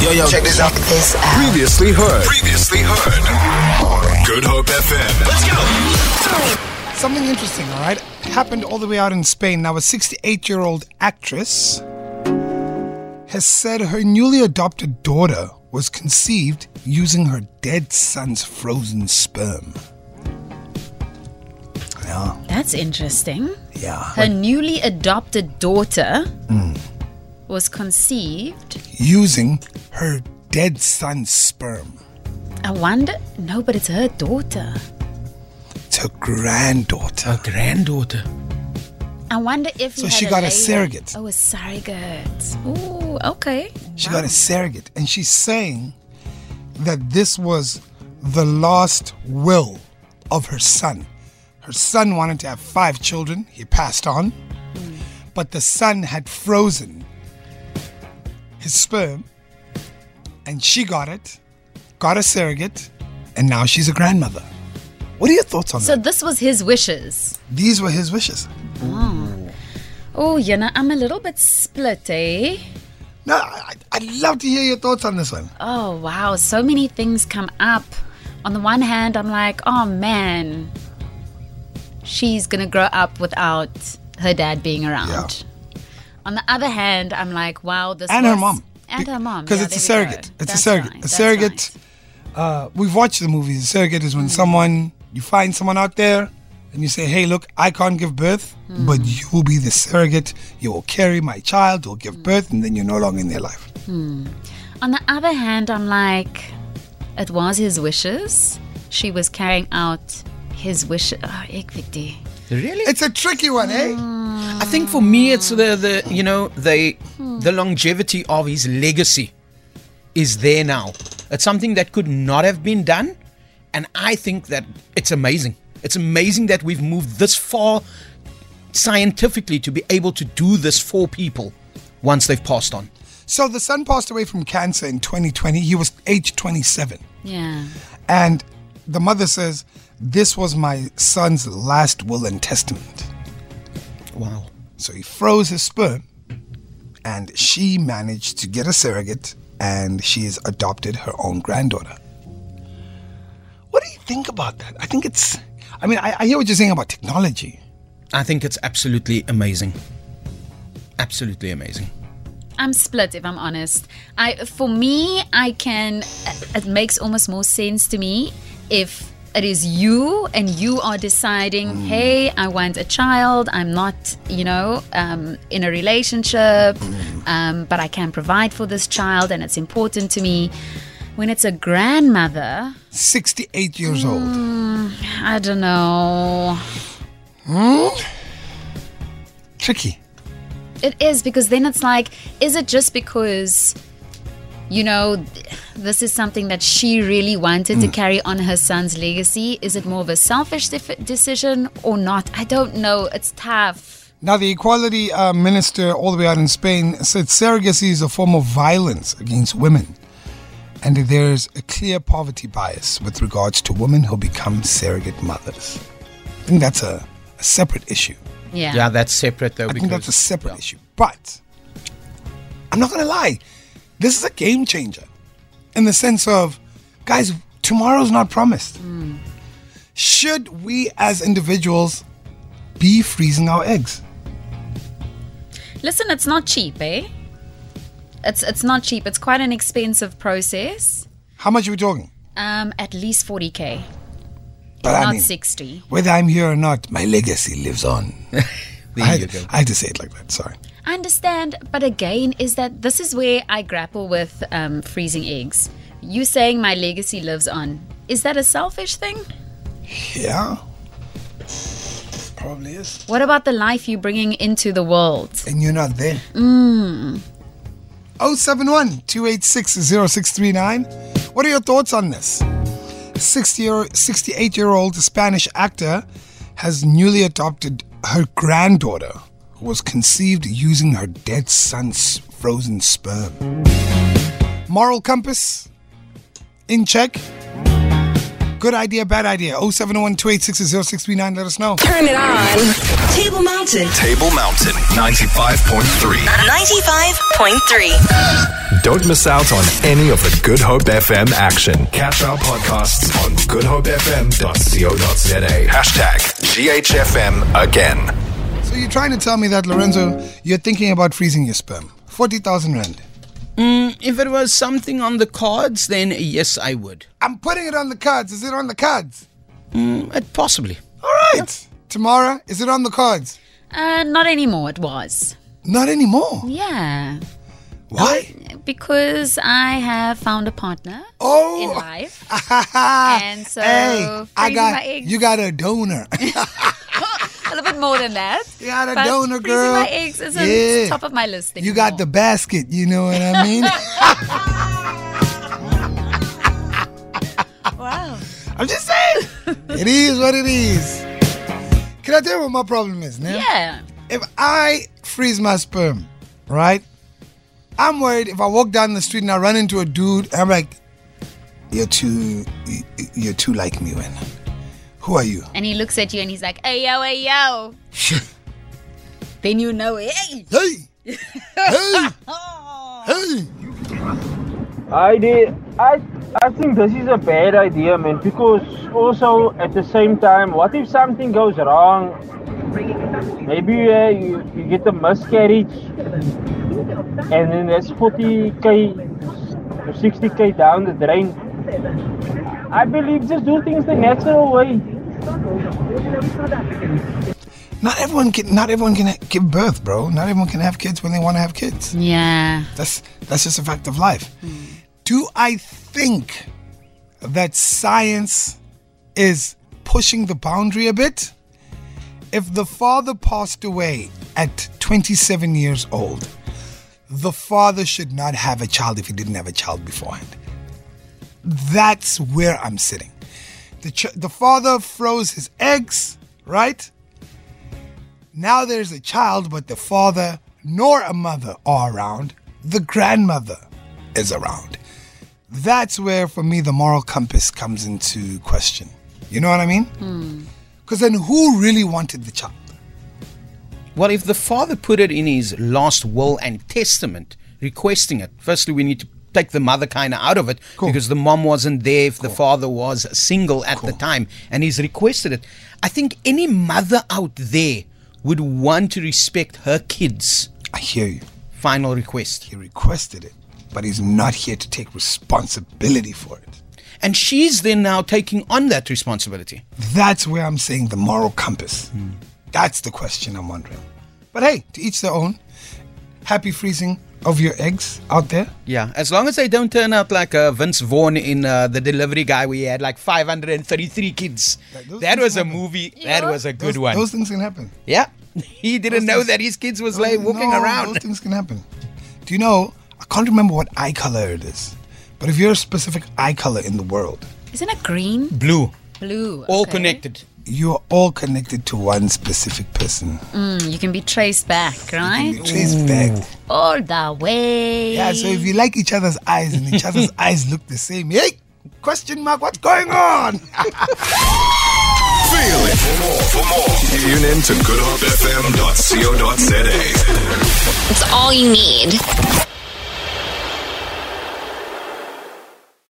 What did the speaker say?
Yo, yo, check this out. This out. Previously heard. Previously heard. Good Hope FM. Let's go. Something interesting, all right? Happened all the way out in Spain. Now, a 68 year old actress has said her newly adopted daughter was conceived using her dead son's frozen sperm. Yeah, That's interesting. yeah. Her newly adopted daughter was conceived. Using her dead son's sperm. I wonder. No, but it's her daughter. It's her granddaughter. Her granddaughter. I wonder if. So you she had got a lady- surrogate. Oh, a surrogate. Ooh, okay. She got a surrogate, and she's saying that this was the last will of her son. Her son wanted to have five children, he passed on, but the son had frozen his sperm, and she got it, got a surrogate, and now she's a grandmother. What are your thoughts on So that? this was his wishes. These were his wishes. Oh, you know, I'm a little bit split, eh? Now, I- I'd love to hear your thoughts on this one. Oh, wow. So many things come up. On the one hand, I'm like, oh man, she's going to grow up without her dad being around. On the other hand, I'm like, wow, this and her was- mom. And her mom. Because Yeah, it's a there we go. surrogate. It's a That's surrogate. right, A that's surrogate. Uh, we've watched the movies. A surrogate is when someone you find someone out there and you say, "Hey, look, I can't give birth, but you will be the surrogate. You will carry my child. You'll give birth, and then you're no longer in their life." right. On the other hand, I'm like, it was his wishes. She was carrying out his wishes. Oh, ek weet nie. Really? It's a tricky one, eh? I think for me, it's the, the you know the the longevity of his legacy is there now. It's something that could not have been done, and I think that it's amazing. It's amazing that we've moved this far scientifically to be able to do this for people once they've passed on. So the son passed away from cancer in 2020. He was age 27. Yeah. And the mother says, This was my son's last will and testament. Wow. So he froze his sperm, and she managed to get a surrogate, and she has adopted her own granddaughter. What do you think about that? I think it's. I mean, I, I hear what you're saying about technology. I think it's absolutely amazing. Absolutely amazing. I'm split if I'm honest. I for me I can it makes almost more sense to me if it is you and you are deciding, hey, I want a child. I'm not, you know, um, in a relationship, um, but I can provide for this child and it's important to me. When it's a grandmother, 68 years old. I don't know. Tricky. It is because then it's like, is it just because, you know, th- this is something that she really wanted Hmm. to carry on her son's legacy? Is it more of a selfish def- decision or not? I don't know. It's tough. Now, the equality uh, minister, all the way out in Spain, said surrogacy is a form of violence against women. And that there's a clear poverty bias with regards to women who become surrogate mothers. I think that's a, a separate issue. Yeah. Yeah, that's separate though. I think that's a separate issue. But I'm not gonna lie, this is a game changer in the sense of, guys, tomorrow's not promised. Hmm. Should we as individuals be freezing our eggs? Listen, it's not cheap, eh? It's it's not cheap. It's quite an expensive process. How much are we talking? Um, at least 40k, But not I mean, 60. whether I'm here or not, my legacy lives on. There I, you go. I had to say it like that. Sorry. I understand, but again, is that this is where I grapple with um, freezing eggs. You saying my legacy lives on. Is that a selfish thing? Yeah. Probably is. What about the life you're bringing into the world? And you're not there. Oh Mm. 071 286 0639. What are your thoughts on this? 60 year, 68 year old Spanish actor has newly adopted her granddaughter, who was conceived using her dead son's frozen sperm. Moral compass in check. Good idea, bad idea. 0701 Let us know. Turn it on. Table Mountain Table Mountain 95.3. 95.3. Don't miss out on any of the Good Hope FM action. Catch our podcasts on goodhopefm.co.za. Hashtag GHFM again. So you're trying to tell me that, Lorenzo, you're thinking about freezing your sperm. 40,000 Rand. If it was something on the cards, then yes, I would. I'm putting it on the cards. Is it on the cards? Mm, uh, possibly. All right. Tamara, is it on the cards? Uh, not anymore, it was. Not anymore. Yeah. Why? Because I have found a partner Oh. in life. and so, hey, I freezing got my eggs. you got a donor. a little bit more than that. You got a But donor, freezing girl. my eggs is on Yeah. top of my list. you got the anymore. basket. You know what I mean? Wow. I'm just saying. It is what it is. Can I tell you what my problem is, now? Yeah. If I freeze my sperm, right? I'm worried if I walk down the street and I run into a dude, I'm like, you're too, y- y- you're too like me, man. Who are you? And he looks at you and he's like, hey, yo, hey, yo. then you know, hey. Hey, hey, Oh. hey. I did. I I think this is a bad idea, man. Because also at the same time, what if something goes wrong? Maybe uh, you, you get a miscarriage, and then that's 40k, 60k down the drain. I believe just do things the natural way. Not everyone can. Not everyone can ha- give birth, bro. Not everyone can have kids when they want to have kids. Mm. Yeah. That's that's just a fact of life. Do I think that science is pushing the boundary a bit? If the father passed away at 27 years old, the father should not have a child if he didn't have a child beforehand. That's where I'm sitting. The ch- the father froze his eggs, right? Now there's a child, but the father nor a mother are around. The grandmother is around. That's where, for me, the moral compass comes into question. You know what I mean? Because then who really wanted the child? Well, if the father put it in his last will and testament, requesting it, firstly, we need to take the mother kind of out of it Cool. because the mom wasn't there if the father was single at the time and he's requested it. I think any mother out there would want to respect her kid's I hear you. final request. He requested it, but he's not here to take responsibility for it. And she's then now taking on that responsibility. That's where I'm saying the moral compass. That's the question I'm wondering. But hey, to each their own. Happy freezing of your eggs out there. Yeah, as long as they don't turn out like uh, Vince Vaughn in uh, The Delivery Guy, where he had like 533 kids. Like, those that things was a happen. movie. That was a good Those- one. Those things can happen. yeah, he didn't know things- that his kids was like walking No, Those around. things can happen. Do you know? I can't remember what eye color it is, but if you're a specific eye color in the world, Isn't it green? Blue, Blue. all okay. connected. you are all connected to one specific person. Mm, you can be traced back, right? Trace back. All the way. Yeah. So if you like each other's eyes and each other's eyes look the same, hey, question mark, what's going on? Feel it. For more, for more, tune in to goodhopefm.co.za. It's all you need.